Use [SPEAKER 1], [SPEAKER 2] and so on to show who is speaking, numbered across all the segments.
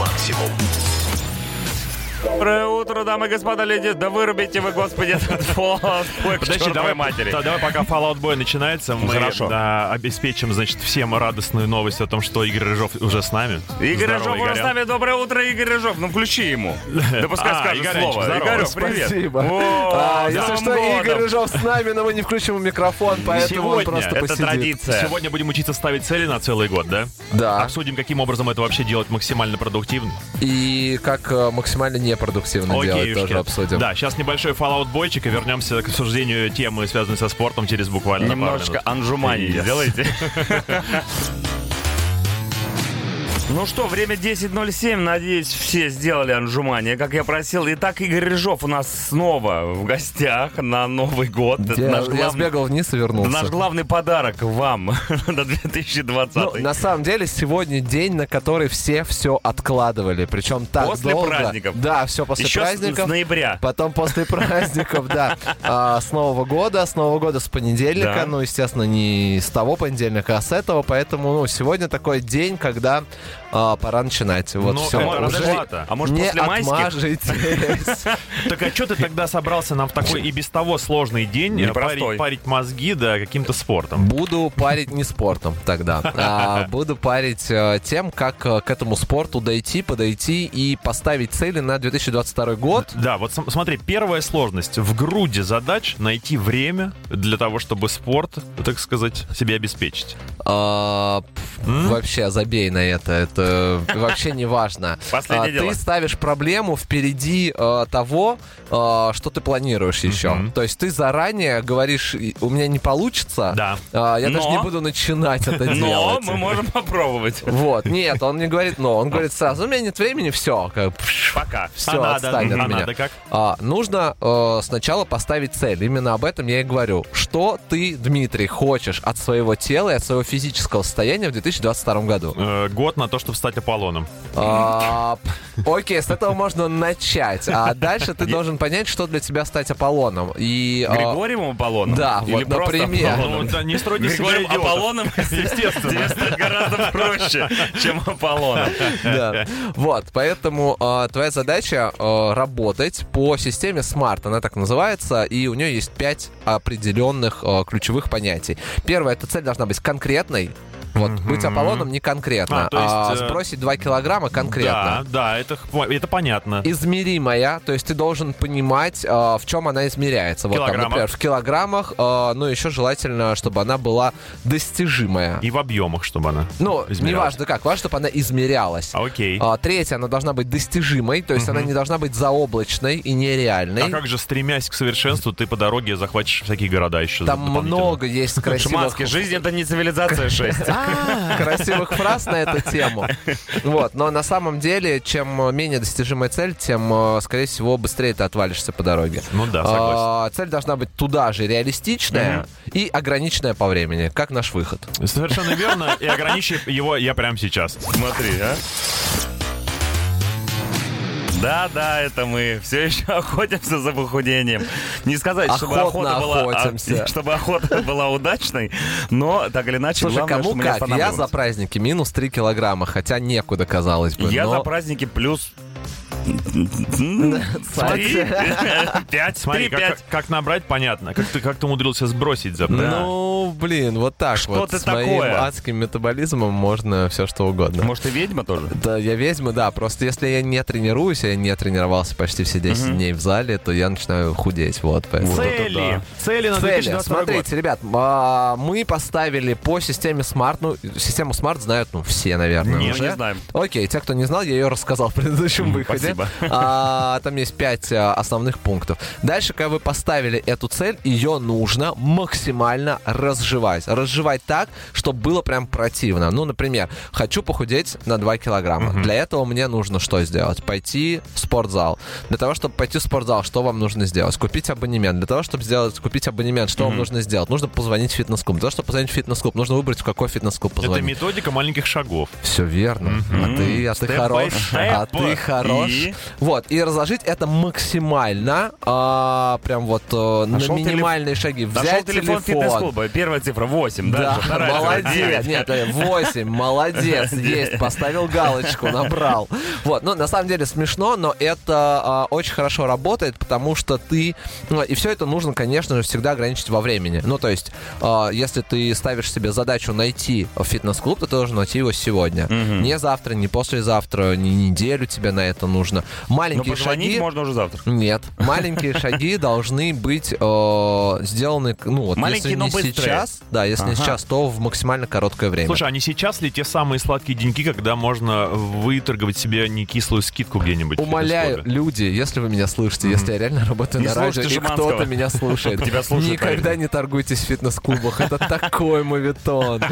[SPEAKER 1] максимум.
[SPEAKER 2] Доброе утро, дамы и господа, леди. Да вырубите вы, господи, этот Fallout Boy к чертовой матери.
[SPEAKER 3] Да, давай, Ну, пока Fallout Boy начинается, мы
[SPEAKER 2] Хорошо.
[SPEAKER 3] да, обеспечим, значит, всем радостную новость о том, что Игорь Рыжов уже с нами.
[SPEAKER 2] Игорь
[SPEAKER 3] Здорово,
[SPEAKER 2] Рыжов уже с
[SPEAKER 3] Игоря.
[SPEAKER 2] нами. Доброе утро, Игорь Рыжов. Ну, включи ему. Да пускай
[SPEAKER 3] А,
[SPEAKER 2] скажет
[SPEAKER 3] Игоряч,
[SPEAKER 2] слово.
[SPEAKER 3] здорово.
[SPEAKER 2] Игорек, привет.
[SPEAKER 4] Спасибо.
[SPEAKER 2] О,
[SPEAKER 4] А,
[SPEAKER 2] с
[SPEAKER 4] если
[SPEAKER 2] Новым
[SPEAKER 4] что,
[SPEAKER 2] годом.
[SPEAKER 4] Игорь Рыжов с нами, но мы не включим ему микрофон, поэтому он
[SPEAKER 3] Сегодня
[SPEAKER 4] просто
[SPEAKER 3] это
[SPEAKER 2] Это
[SPEAKER 4] посидит.
[SPEAKER 2] традиция.
[SPEAKER 3] Сегодня будем учиться ставить цели на целый год, да?
[SPEAKER 4] Да.
[SPEAKER 3] Обсудим, каким образом это вообще делать максимально продуктивно.
[SPEAKER 4] И как э, максимально непродуктивно А делать,
[SPEAKER 3] Юшкин.
[SPEAKER 4] тоже обсудим.
[SPEAKER 3] Да, сейчас небольшой Fallout бойчик и вернемся к обсуждению темы, связанной со спортом, через буквально пару
[SPEAKER 2] Немножечко
[SPEAKER 3] минут.
[SPEAKER 2] анжумани
[SPEAKER 3] Yes.
[SPEAKER 2] сделайте. Ну что, время 10.07. Надеюсь, все сделали анжумание, как я просил. Итак, Игорь Рыжов у нас снова в гостях на Новый год. Это
[SPEAKER 4] Я,
[SPEAKER 2] наш
[SPEAKER 4] я
[SPEAKER 2] главный-
[SPEAKER 4] сбегал вниз и вернулся.
[SPEAKER 2] это наш главный подарок вам на 2020.
[SPEAKER 4] Ну, на самом деле, сегодня день, на который все все откладывали. Причем так
[SPEAKER 2] После
[SPEAKER 4] долго.
[SPEAKER 2] праздников.
[SPEAKER 4] Да, все после
[SPEAKER 2] Еще с-
[SPEAKER 4] праздников.
[SPEAKER 2] с ноября.
[SPEAKER 4] Потом после праздников, да. А, С Нового года, с Нового года с
[SPEAKER 2] Да.
[SPEAKER 4] понедельника. Ну, естественно, не с того понедельника, а с этого. Поэтому, ну, сегодня такой день, когда а, пора начинать. Вот
[SPEAKER 3] Ну,
[SPEAKER 4] все.
[SPEAKER 3] а может,
[SPEAKER 4] уже
[SPEAKER 3] расплата?
[SPEAKER 2] А может,
[SPEAKER 4] не
[SPEAKER 2] после майских?
[SPEAKER 4] отмажетесь.
[SPEAKER 3] Так а что ты тогда собрался нам в такой и без того сложный день э,
[SPEAKER 2] Непростой.
[SPEAKER 3] парить, парить мозги да каким-то спортом?
[SPEAKER 4] Буду парить не спортом тогда. а буду парить э, тем, как э, к этому спорту дойти, подойти и поставить цели на 2022 год.
[SPEAKER 3] Да, вот см- смотри, первая сложность. В груди задач найти время для того, чтобы спорт, так сказать, себе обеспечить.
[SPEAKER 4] А, пф, Вообще забей на это, это вообще не важно.
[SPEAKER 2] Последнее
[SPEAKER 4] А,
[SPEAKER 2] дело.
[SPEAKER 4] Ты ставишь проблему впереди э, того, э, что ты планируешь еще. То есть ты заранее говоришь, «И- у меня не получится,
[SPEAKER 3] Да.
[SPEAKER 4] а, я даже
[SPEAKER 2] Но-
[SPEAKER 4] не буду начинать это
[SPEAKER 2] Но
[SPEAKER 4] делать.
[SPEAKER 2] мы можем попробовать.
[SPEAKER 4] Вот, нет, он не говорит но, он говорит сразу, у меня нет времени, все, как,
[SPEAKER 2] Пока.
[SPEAKER 4] все,
[SPEAKER 3] а
[SPEAKER 4] отстань
[SPEAKER 3] надо,
[SPEAKER 4] от
[SPEAKER 3] а
[SPEAKER 4] меня.
[SPEAKER 3] надо как?
[SPEAKER 4] А, нужно э, сначала поставить цель. Именно об этом я и говорю. Что ты, Дмитрий, хочешь от своего тела и от своего физического состояния в 2022 году?
[SPEAKER 3] Э, год на то, чтобы стать Аполлоном.
[SPEAKER 4] А, п- окей, с этого можно начать. А дальше ты должен понять, что для тебя стать Аполлоном. И, а,
[SPEAKER 2] Григорием Аполлоном?
[SPEAKER 4] Да,
[SPEAKER 2] Или
[SPEAKER 4] вот,
[SPEAKER 2] просто
[SPEAKER 4] например.
[SPEAKER 2] Аполлоном?
[SPEAKER 3] Ну, да, не строй из себя
[SPEAKER 2] Григорий
[SPEAKER 3] идиота.
[SPEAKER 2] Аполлоном, естественно, тебе стать гораздо проще, чем Аполлоном.
[SPEAKER 4] Да. Вот, поэтому э, твоя задача э, работать по системе SMART, она так называется, и у нее есть пять определенных э, ключевых понятий. Первое, эта цель должна быть конкретной. Вот, быть Аполлоном не конкретно,
[SPEAKER 3] А, то есть,
[SPEAKER 4] а
[SPEAKER 3] э,
[SPEAKER 4] сбросить 2 килограмма конкретно.
[SPEAKER 3] Да, да, это, х- это понятно.
[SPEAKER 4] Измеримая, то есть ты должен понимать, э, в чем она измеряется. Вот там,
[SPEAKER 3] Килограммах.
[SPEAKER 4] например, в килограммах, э, но еще желательно, чтобы она была достижимая.
[SPEAKER 3] И в объемах, чтобы она.
[SPEAKER 4] Ну,
[SPEAKER 3] измерялась.
[SPEAKER 4] неважно как, важно, чтобы она измерялась.
[SPEAKER 3] А, Окей.
[SPEAKER 4] А, третья, она должна быть достижимой, то есть она не должна быть заоблачной и нереальной.
[SPEAKER 3] А как же, стремясь к совершенству, ты по дороге захватишь всякие города еще?
[SPEAKER 4] Там
[SPEAKER 3] дополнительно?
[SPEAKER 4] много есть красивых,
[SPEAKER 2] Шманский, жизнь это не цивилизация 6.
[SPEAKER 4] красивых фраз на эту тему. Вот, но на самом деле, чем менее достижимая цель, тем, э, скорее всего, быстрее ты отвалишься по дороге.
[SPEAKER 3] Ну да, согласен.
[SPEAKER 4] А, цель должна быть туда же реалистичная и ограниченная по времени, как наш выход.
[SPEAKER 3] Совершенно верно. И ограничи его я прямо сейчас.
[SPEAKER 2] Смотри, а. Да, да, это мы все еще охотимся за похудением. Не сказать, чтобы
[SPEAKER 4] Охотно
[SPEAKER 2] охота была, а,
[SPEAKER 4] охотимся.
[SPEAKER 2] чтобы охота была удачной, но так или иначе,
[SPEAKER 4] Слушай,
[SPEAKER 2] главное, что
[SPEAKER 4] кому
[SPEAKER 2] мы не
[SPEAKER 4] как? Я
[SPEAKER 2] останавливаемся.
[SPEAKER 4] за праздники минус 3 килограмма, хотя некуда, казалось бы.
[SPEAKER 2] Я
[SPEAKER 4] но-
[SPEAKER 2] за праздники плюс
[SPEAKER 4] Смотри.
[SPEAKER 2] три, пять,
[SPEAKER 3] Смотри,
[SPEAKER 2] три, пять.
[SPEAKER 3] как, как набрать, понятно. Как ты, как ты умудрился сбросить за
[SPEAKER 4] Ну, блин, вот так
[SPEAKER 2] Что
[SPEAKER 4] вот.
[SPEAKER 2] ты
[SPEAKER 4] С моим
[SPEAKER 2] такое?
[SPEAKER 4] адским метаболизмом можно все что угодно.
[SPEAKER 2] Может, и ведьма тоже?
[SPEAKER 4] Да, я ведьма, да. Просто если я не тренируюсь, а я не тренировался почти все 10 дней в зале, то я начинаю худеть. Вот, поэтому.
[SPEAKER 3] Цели. Цели на
[SPEAKER 4] Цели.
[SPEAKER 3] 2022 год.
[SPEAKER 4] Смотрите, ребят, а, мы поставили по системе Smart, ну, систему Smart знают, ну, все, наверное,
[SPEAKER 2] Не,
[SPEAKER 4] уже.
[SPEAKER 2] не знаем.
[SPEAKER 4] Окей, те, кто не знал, я ее рассказал в предыдущем выходе.
[SPEAKER 2] спасибо.
[SPEAKER 4] А, там есть пять а, основных пунктов. Дальше, когда вы поставили эту цель, ее нужно максимально разжевать. Разжевать так, чтобы было прям противно. Ну, например, хочу похудеть на 2 килограмма. Для этого мне нужно что сделать? Пойти в спортзал. Для того, чтобы пойти в спортзал, что вам нужно сделать? Купить абонемент. Для того, чтобы сделать, купить абонемент, что вам нужно сделать? Нужно позвонить в фитнес-клуб. Для того, чтобы позвонить в фитнес-клуб, нужно выбрать, в какой фитнес-клуб
[SPEAKER 3] Это
[SPEAKER 4] позвонить.
[SPEAKER 3] методика маленьких шагов.
[SPEAKER 4] Все верно. А ты, а ты хорош.
[SPEAKER 3] by
[SPEAKER 4] А
[SPEAKER 3] step.
[SPEAKER 4] ты хорош.
[SPEAKER 2] И?
[SPEAKER 4] Вот, и разложить это максимально, а, прям вот э, на
[SPEAKER 2] Нашел телеф-
[SPEAKER 4] минимальные шаги.
[SPEAKER 2] Нашел
[SPEAKER 4] Взять
[SPEAKER 2] телефон, фитнес-клуба. Первый первая цифра 8,
[SPEAKER 4] Да,
[SPEAKER 2] дальше вторая цифра 9.
[SPEAKER 4] молодец. Нет, 8, молодец, есть, поставил галочку, набрал. Вот, ну, на самом деле смешно, но это а, очень хорошо работает, потому что ты... ну, и все это нужно, конечно же, всегда ограничить во времени. Ну, то есть, а, если ты ставишь себе задачу найти фитнес-клуб, то ты должен найти его сегодня. Не завтра, не послезавтра, не неделю тебе на это нужно.
[SPEAKER 2] Но
[SPEAKER 4] Маленькие
[SPEAKER 2] позвонить
[SPEAKER 4] шаги...
[SPEAKER 2] можно уже завтра.
[SPEAKER 4] Нет, маленькие шаги должны быть э, сделаны, ну вот,
[SPEAKER 2] Маленькие,
[SPEAKER 4] если
[SPEAKER 2] но
[SPEAKER 4] не
[SPEAKER 2] быстрые.
[SPEAKER 4] сейчас, да, если не
[SPEAKER 2] Ага.
[SPEAKER 4] сейчас, то в максимально короткое время.
[SPEAKER 3] Слушай, а не сейчас ли те самые сладкие деньги, когда можно выторговать себе не кислую скидку где-нибудь? в
[SPEAKER 4] Умоляю,
[SPEAKER 3] фитнес-клубе?
[SPEAKER 4] люди, если вы меня слышите, если я реально работаю
[SPEAKER 2] Не
[SPEAKER 4] на радио,
[SPEAKER 2] слушайте
[SPEAKER 4] и
[SPEAKER 2] Жеманского.
[SPEAKER 4] кто-то меня слушает,
[SPEAKER 2] Тебя слушают,
[SPEAKER 4] никогда
[SPEAKER 2] правильно.
[SPEAKER 4] не торгуйтесь в фитнес-клубах. Это такой мовитон.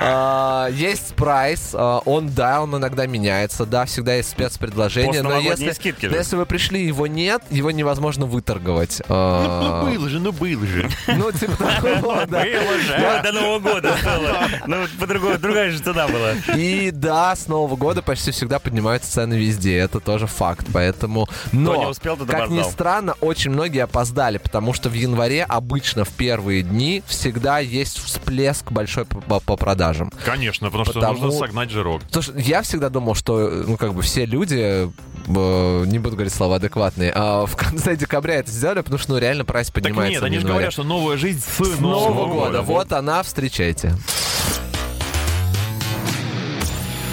[SPEAKER 4] А, Есть прайс, а, он, да, он иногда меняется, да, всегда есть спецпредложение, но
[SPEAKER 2] Постновогодние
[SPEAKER 4] если,
[SPEAKER 2] скидки же.
[SPEAKER 4] но если вы пришли, его нет, его невозможно выторговать.
[SPEAKER 3] Ну,
[SPEAKER 4] А,
[SPEAKER 3] ну, был же, ну был же.
[SPEAKER 4] Ну, типа такого, да.
[SPEAKER 2] Было же, а, до Нового года стало. Ну, по-другому, другая же цена была.
[SPEAKER 4] И да, с Нового года почти всегда поднимаются цены везде. Это тоже факт. Поэтому. Но,
[SPEAKER 2] не успел, тот
[SPEAKER 4] как ни
[SPEAKER 2] опоздал.
[SPEAKER 4] странно, очень многие опоздали, потому что в январе обычно в первые дни всегда есть всплеск большой по, по- по продажам.
[SPEAKER 3] Конечно, потому что
[SPEAKER 4] Потому-
[SPEAKER 3] нужно согнать жирок.
[SPEAKER 4] Потому что я всегда думал, что ну как бы все люди э, не буду говорить слова адекватные, а в конце декабря это сделали, потому что ну реально прайс
[SPEAKER 3] Так
[SPEAKER 4] поднимается.
[SPEAKER 3] нет,
[SPEAKER 4] в
[SPEAKER 3] они же
[SPEAKER 4] январе.
[SPEAKER 3] говорят, что новая жизнь с,
[SPEAKER 4] С Нового года. Вот она, встречайте.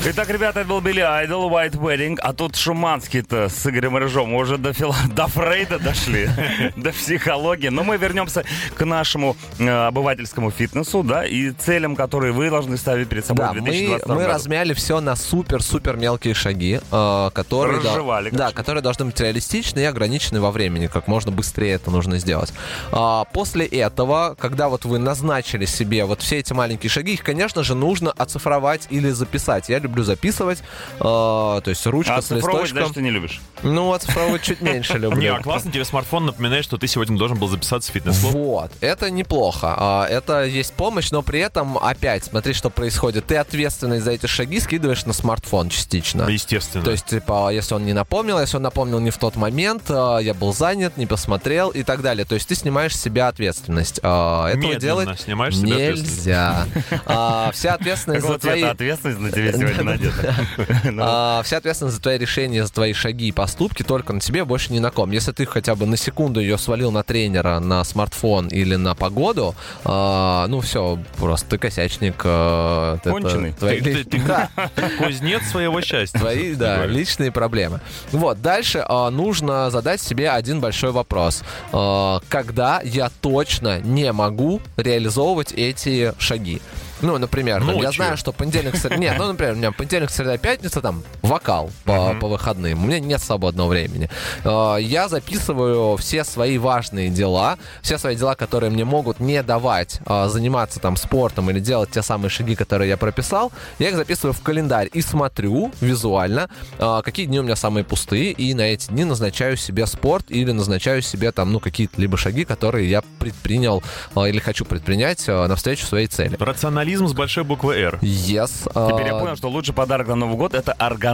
[SPEAKER 2] Итак, ребята, это был Билли Айдол, White Wedding, а тут Шуманский-то с Игорем Рыжом уже до, фила... до Фрейда дошли, до психологии. Но мы вернемся к нашему э, обывательскому фитнесу, да, и целям, которые вы должны ставить перед собой
[SPEAKER 4] Да,
[SPEAKER 2] в
[SPEAKER 4] мы,
[SPEAKER 2] 2022
[SPEAKER 4] мы
[SPEAKER 2] году.
[SPEAKER 4] размяли все на супер-супер мелкие шаги, э, которые, да-
[SPEAKER 2] Разжевали,
[SPEAKER 4] да, которые должны быть реалистичны и ограничены во времени. Как можно быстрее это нужно сделать. А, после этого, когда вот вы назначили себе вот все эти маленькие шаги, их, конечно же, нужно оцифровать или записать. Я люблю записывать, э, то есть ручка
[SPEAKER 2] А
[SPEAKER 4] с
[SPEAKER 2] цифровой,
[SPEAKER 4] листочком.
[SPEAKER 2] значит, ты не любишь.
[SPEAKER 4] Ну, оцифровывать чуть меньше люблю.
[SPEAKER 3] Не, а классно, тебе смартфон напоминает, что ты сегодня должен был записаться в фитнес-клуб.
[SPEAKER 4] Вот, это неплохо. А, Это есть помощь, но при этом опять смотри, что происходит. Ты ответственность за эти шаги скидываешь на смартфон частично.
[SPEAKER 3] Естественно.
[SPEAKER 4] То есть, типа, если он не напомнил, если он напомнил не в тот момент, э, я был занят, не посмотрел и так далее. То есть ты снимаешь с себя ответственность. Э, Этого
[SPEAKER 3] Медленно
[SPEAKER 4] делать
[SPEAKER 3] снимаешь с себя ответственность.
[SPEAKER 4] нельзя. А, Вся ответственность
[SPEAKER 2] Какого
[SPEAKER 4] за твои...
[SPEAKER 2] цвета ответственность на тебе сегодня надета? Ну,
[SPEAKER 4] а, вся ответственность за твои решения, за твои шаги и поступки только на тебе, больше ни на ком. Если ты хотя бы на секунду ее свалил на тренера, на смартфон или на погоду, а, ну все, просто ты косячник. э, это
[SPEAKER 2] Конченый.
[SPEAKER 4] твои-
[SPEAKER 3] Ты- ты- ты-
[SPEAKER 4] Да,
[SPEAKER 3] Кузнец своего счастья.
[SPEAKER 4] Твои, да,
[SPEAKER 3] Говорю.
[SPEAKER 4] личные проблемы. Вот, дальше а, нужно задать себе один большой вопрос. А, когда я точно не могу реализовывать эти шаги? Ну, например, там, я
[SPEAKER 3] Ночью.
[SPEAKER 4] знаю, что понедельник, сред- нет, ну, например, у меня понедельник, среда, пятница, там, вокал по, по выходным, у меня нет свободного времени. А, Я записываю все свои важные дела, все свои дела, которые мне могут не давать а, заниматься там спортом или делать те самые шаги, которые я прописал, я их записываю в календарь и смотрю визуально, а, какие дни у меня самые пустые, и на эти дни назначаю себе спорт или назначаю себе там, ну, какие-то либо шаги, которые я предпринял а, или хочу предпринять а, навстречу своей цели.
[SPEAKER 3] Рационализм с большой буквы «Р».
[SPEAKER 4] Yes. а,
[SPEAKER 2] Теперь Ну, типа, я понял, что лучший подарок на Новый год — это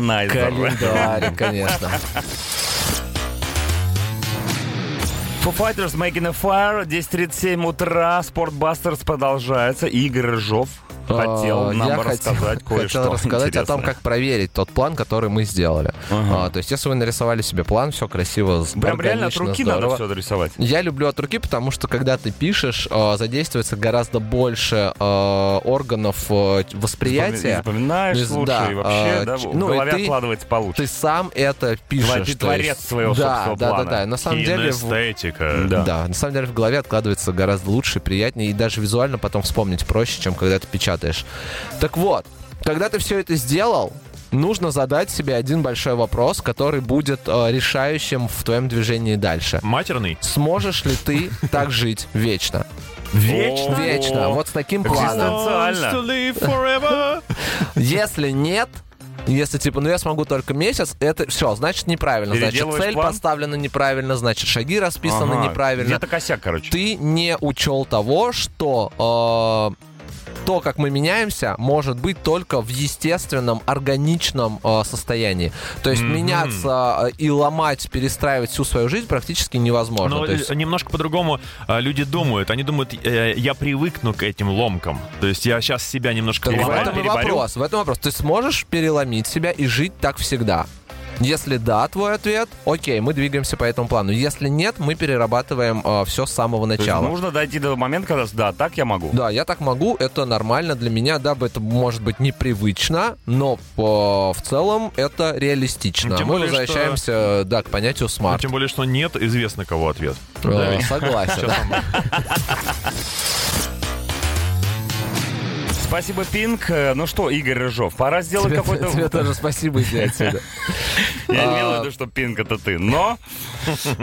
[SPEAKER 2] органайзер.
[SPEAKER 4] Календарь, конечно.
[SPEAKER 2] Foo Fighters Making a Fire, 10.37 утра, Спортбастерс продолжается. Игорь Рыжов хотел
[SPEAKER 4] А,
[SPEAKER 2] нам
[SPEAKER 4] я
[SPEAKER 2] рассказать
[SPEAKER 4] хотел-
[SPEAKER 2] кое-что
[SPEAKER 4] хотел рассказать о
[SPEAKER 2] интересное.
[SPEAKER 4] том, как проверить тот план, который мы сделали.
[SPEAKER 2] Ага.
[SPEAKER 4] А, то есть, если вы нарисовали себе план, все красиво,
[SPEAKER 2] Прям реально от
[SPEAKER 4] органично,
[SPEAKER 2] руки надо
[SPEAKER 4] здорово.
[SPEAKER 2] все дорисовать.
[SPEAKER 4] Я люблю от руки, потому что когда ты пишешь, э, задействуется гораздо больше э, органов э,
[SPEAKER 2] И
[SPEAKER 4] восприятия.
[SPEAKER 2] запоминаешь
[SPEAKER 4] Без-
[SPEAKER 2] лучше,
[SPEAKER 4] да,
[SPEAKER 2] и вообще,
[SPEAKER 4] а,
[SPEAKER 2] да,
[SPEAKER 4] ч-
[SPEAKER 2] в
[SPEAKER 4] ну, и
[SPEAKER 2] голове
[SPEAKER 4] ты-
[SPEAKER 2] откладывается
[SPEAKER 4] Ты
[SPEAKER 2] получше.
[SPEAKER 4] сам это пишешь.
[SPEAKER 2] Творец-
[SPEAKER 4] то есть-
[SPEAKER 2] творец своего
[SPEAKER 4] да,
[SPEAKER 2] собственного
[SPEAKER 4] да,
[SPEAKER 2] плана.
[SPEAKER 4] Да, да, На самом деле... в-
[SPEAKER 3] Кинестетика.
[SPEAKER 2] Да.
[SPEAKER 4] Да, на самом деле в голове откладывается гораздо лучше, приятнее и даже визуально потом вспомнить проще, чем когда ты печатаешь. Так вот, когда ты все это сделал, нужно задать себе один большой вопрос, который будет э, решающим в твоем движении дальше.
[SPEAKER 3] Матерный?
[SPEAKER 4] Сможешь ли ты так жить вечно?
[SPEAKER 2] Вечно? О.
[SPEAKER 4] Вечно. Вот с таким планом.
[SPEAKER 2] Экзистенциально.
[SPEAKER 3] Wants to live forever.
[SPEAKER 4] Если нет, если типа, ну я смогу только месяц, это все, значит неправильно. Значит,
[SPEAKER 2] Переделываешь
[SPEAKER 4] цель
[SPEAKER 2] план?
[SPEAKER 4] поставлена неправильно, значит, шаги расписаны
[SPEAKER 2] Ага,
[SPEAKER 4] неправильно.
[SPEAKER 2] Где-то косяк, короче.
[SPEAKER 4] ты не учел того, что э, то, как мы меняемся, может быть только в естественном, органичном э, состоянии. То есть
[SPEAKER 3] Мгм.
[SPEAKER 4] меняться э, и ломать, перестраивать всю свою жизнь практически невозможно.
[SPEAKER 3] Но
[SPEAKER 4] То есть-
[SPEAKER 3] э, немножко по-другому э, люди думают. Они думают, э, я привыкну к этим ломкам. То есть я сейчас себя немножко
[SPEAKER 4] Так в
[SPEAKER 2] Переварю,
[SPEAKER 4] этом и
[SPEAKER 2] переварю.
[SPEAKER 4] вопрос. В этом вопрос. Ты сможешь переломить себя и жить так всегда? Если да, твой ответ, окей, мы двигаемся по этому плану. Если нет, мы перерабатываем все с самого
[SPEAKER 2] То есть
[SPEAKER 4] начала.
[SPEAKER 2] нужно дойти до момента, когда да, так я могу.
[SPEAKER 4] Да, я так могу, это нормально для меня, да, бы это может быть непривычно, но э, в целом это реалистично.
[SPEAKER 3] Ну, тем
[SPEAKER 4] мы
[SPEAKER 3] более, что-
[SPEAKER 4] возвращаемся, э, да, к понятию
[SPEAKER 3] Ну,
[SPEAKER 4] смарт.
[SPEAKER 3] тем более, что нет, известно кого ответ.
[SPEAKER 4] Э, Согласен.
[SPEAKER 3] Сейчас вам-
[SPEAKER 2] Спасибо, Пинк. Э, Ну что, Игорь Рыжов, пора сделать
[SPEAKER 4] Тебе,
[SPEAKER 2] какой-то...
[SPEAKER 4] тебе тоже спасибо, иди отсюда.
[SPEAKER 2] Я не имел в
[SPEAKER 4] А.
[SPEAKER 2] виду, что Пинк это ты, но,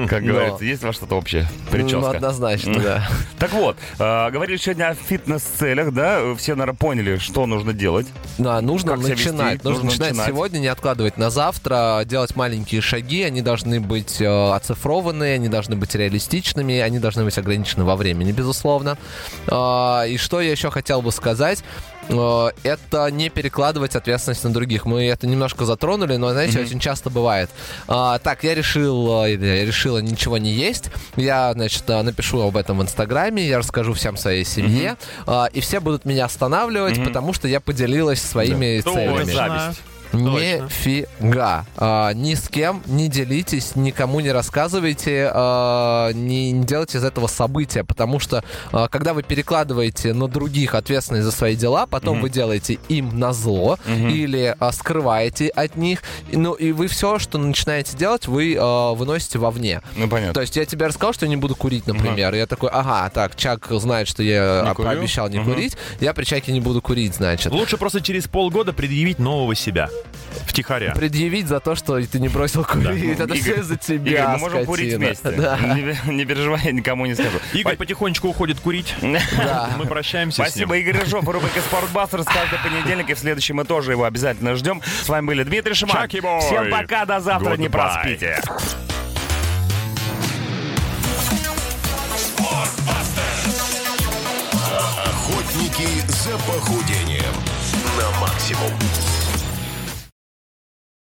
[SPEAKER 2] как
[SPEAKER 4] Но.
[SPEAKER 2] говорится, есть у вас что-то общее.
[SPEAKER 4] Ну,
[SPEAKER 2] Прическа.
[SPEAKER 4] однозначно, да.
[SPEAKER 2] Так вот, э, говорили сегодня о фитнес-целях, да? Все, наверное, поняли, что нужно делать.
[SPEAKER 4] Да, нужно
[SPEAKER 2] Как себя вести?
[SPEAKER 4] начинать. нужно,
[SPEAKER 2] Нужно
[SPEAKER 4] начинать,
[SPEAKER 2] начинать.
[SPEAKER 4] сегодня, не откладывать на завтра, делать маленькие шаги. Они должны быть э, оцифрованы, они должны быть реалистичными, они должны быть ограничены во времени, безусловно. А, и что я еще хотел бы сказать? э, это не перекладывать ответственность на других. Мы это немножко затронули, но, знаете, очень часто бывает. А, так, я решил, э, или я решила ничего не есть. Я, значит, э, напишу об этом в Инстаграме, я расскажу всем своей семье, а, и все будут меня останавливать, потому что я поделилась своими
[SPEAKER 3] Точно.
[SPEAKER 4] целями. Нифига. А, ни с кем не делитесь, никому не рассказывайте, а, не, не делайте из этого события, потому что а, когда вы перекладываете на других ответственность за свои дела, потом вы делаете им назло или а, скрываете от них, и- ну и вы все, что начинаете делать, вы а, выносите вовне.
[SPEAKER 2] Ну, понятно.
[SPEAKER 4] То есть я тебе рассказал, что я не буду курить, например. Я такой, ага, так, Чак знает, что я
[SPEAKER 3] Не
[SPEAKER 4] а,
[SPEAKER 3] курю.
[SPEAKER 4] пообещал не курить. Я при Чаке не буду курить, значит.
[SPEAKER 3] Лучше просто через полгода предъявить нового себя. Втихаря.
[SPEAKER 4] предъявить за то, что ты не бросил курить. Это
[SPEAKER 2] Игорь,
[SPEAKER 4] все из-за тебя,
[SPEAKER 2] Игорь, мы можем
[SPEAKER 4] скотина.
[SPEAKER 2] курить вместе.
[SPEAKER 4] Да.
[SPEAKER 2] Не, не переживай, я никому не скажу.
[SPEAKER 3] Игорь потихонечку уходит курить.
[SPEAKER 4] Да.
[SPEAKER 3] Мы прощаемся с ним.
[SPEAKER 2] Спасибо, Игорь Рыжов, рубрика «Спортбастер» каждый понедельник, и в следующем мы тоже его обязательно ждем. С вами были Дмитрий Шиман.
[SPEAKER 3] Чаки Бой.
[SPEAKER 2] Всем пока, до завтра, не
[SPEAKER 3] Goodbye.
[SPEAKER 2] проспите.
[SPEAKER 1] Охотники за похудением на максимум.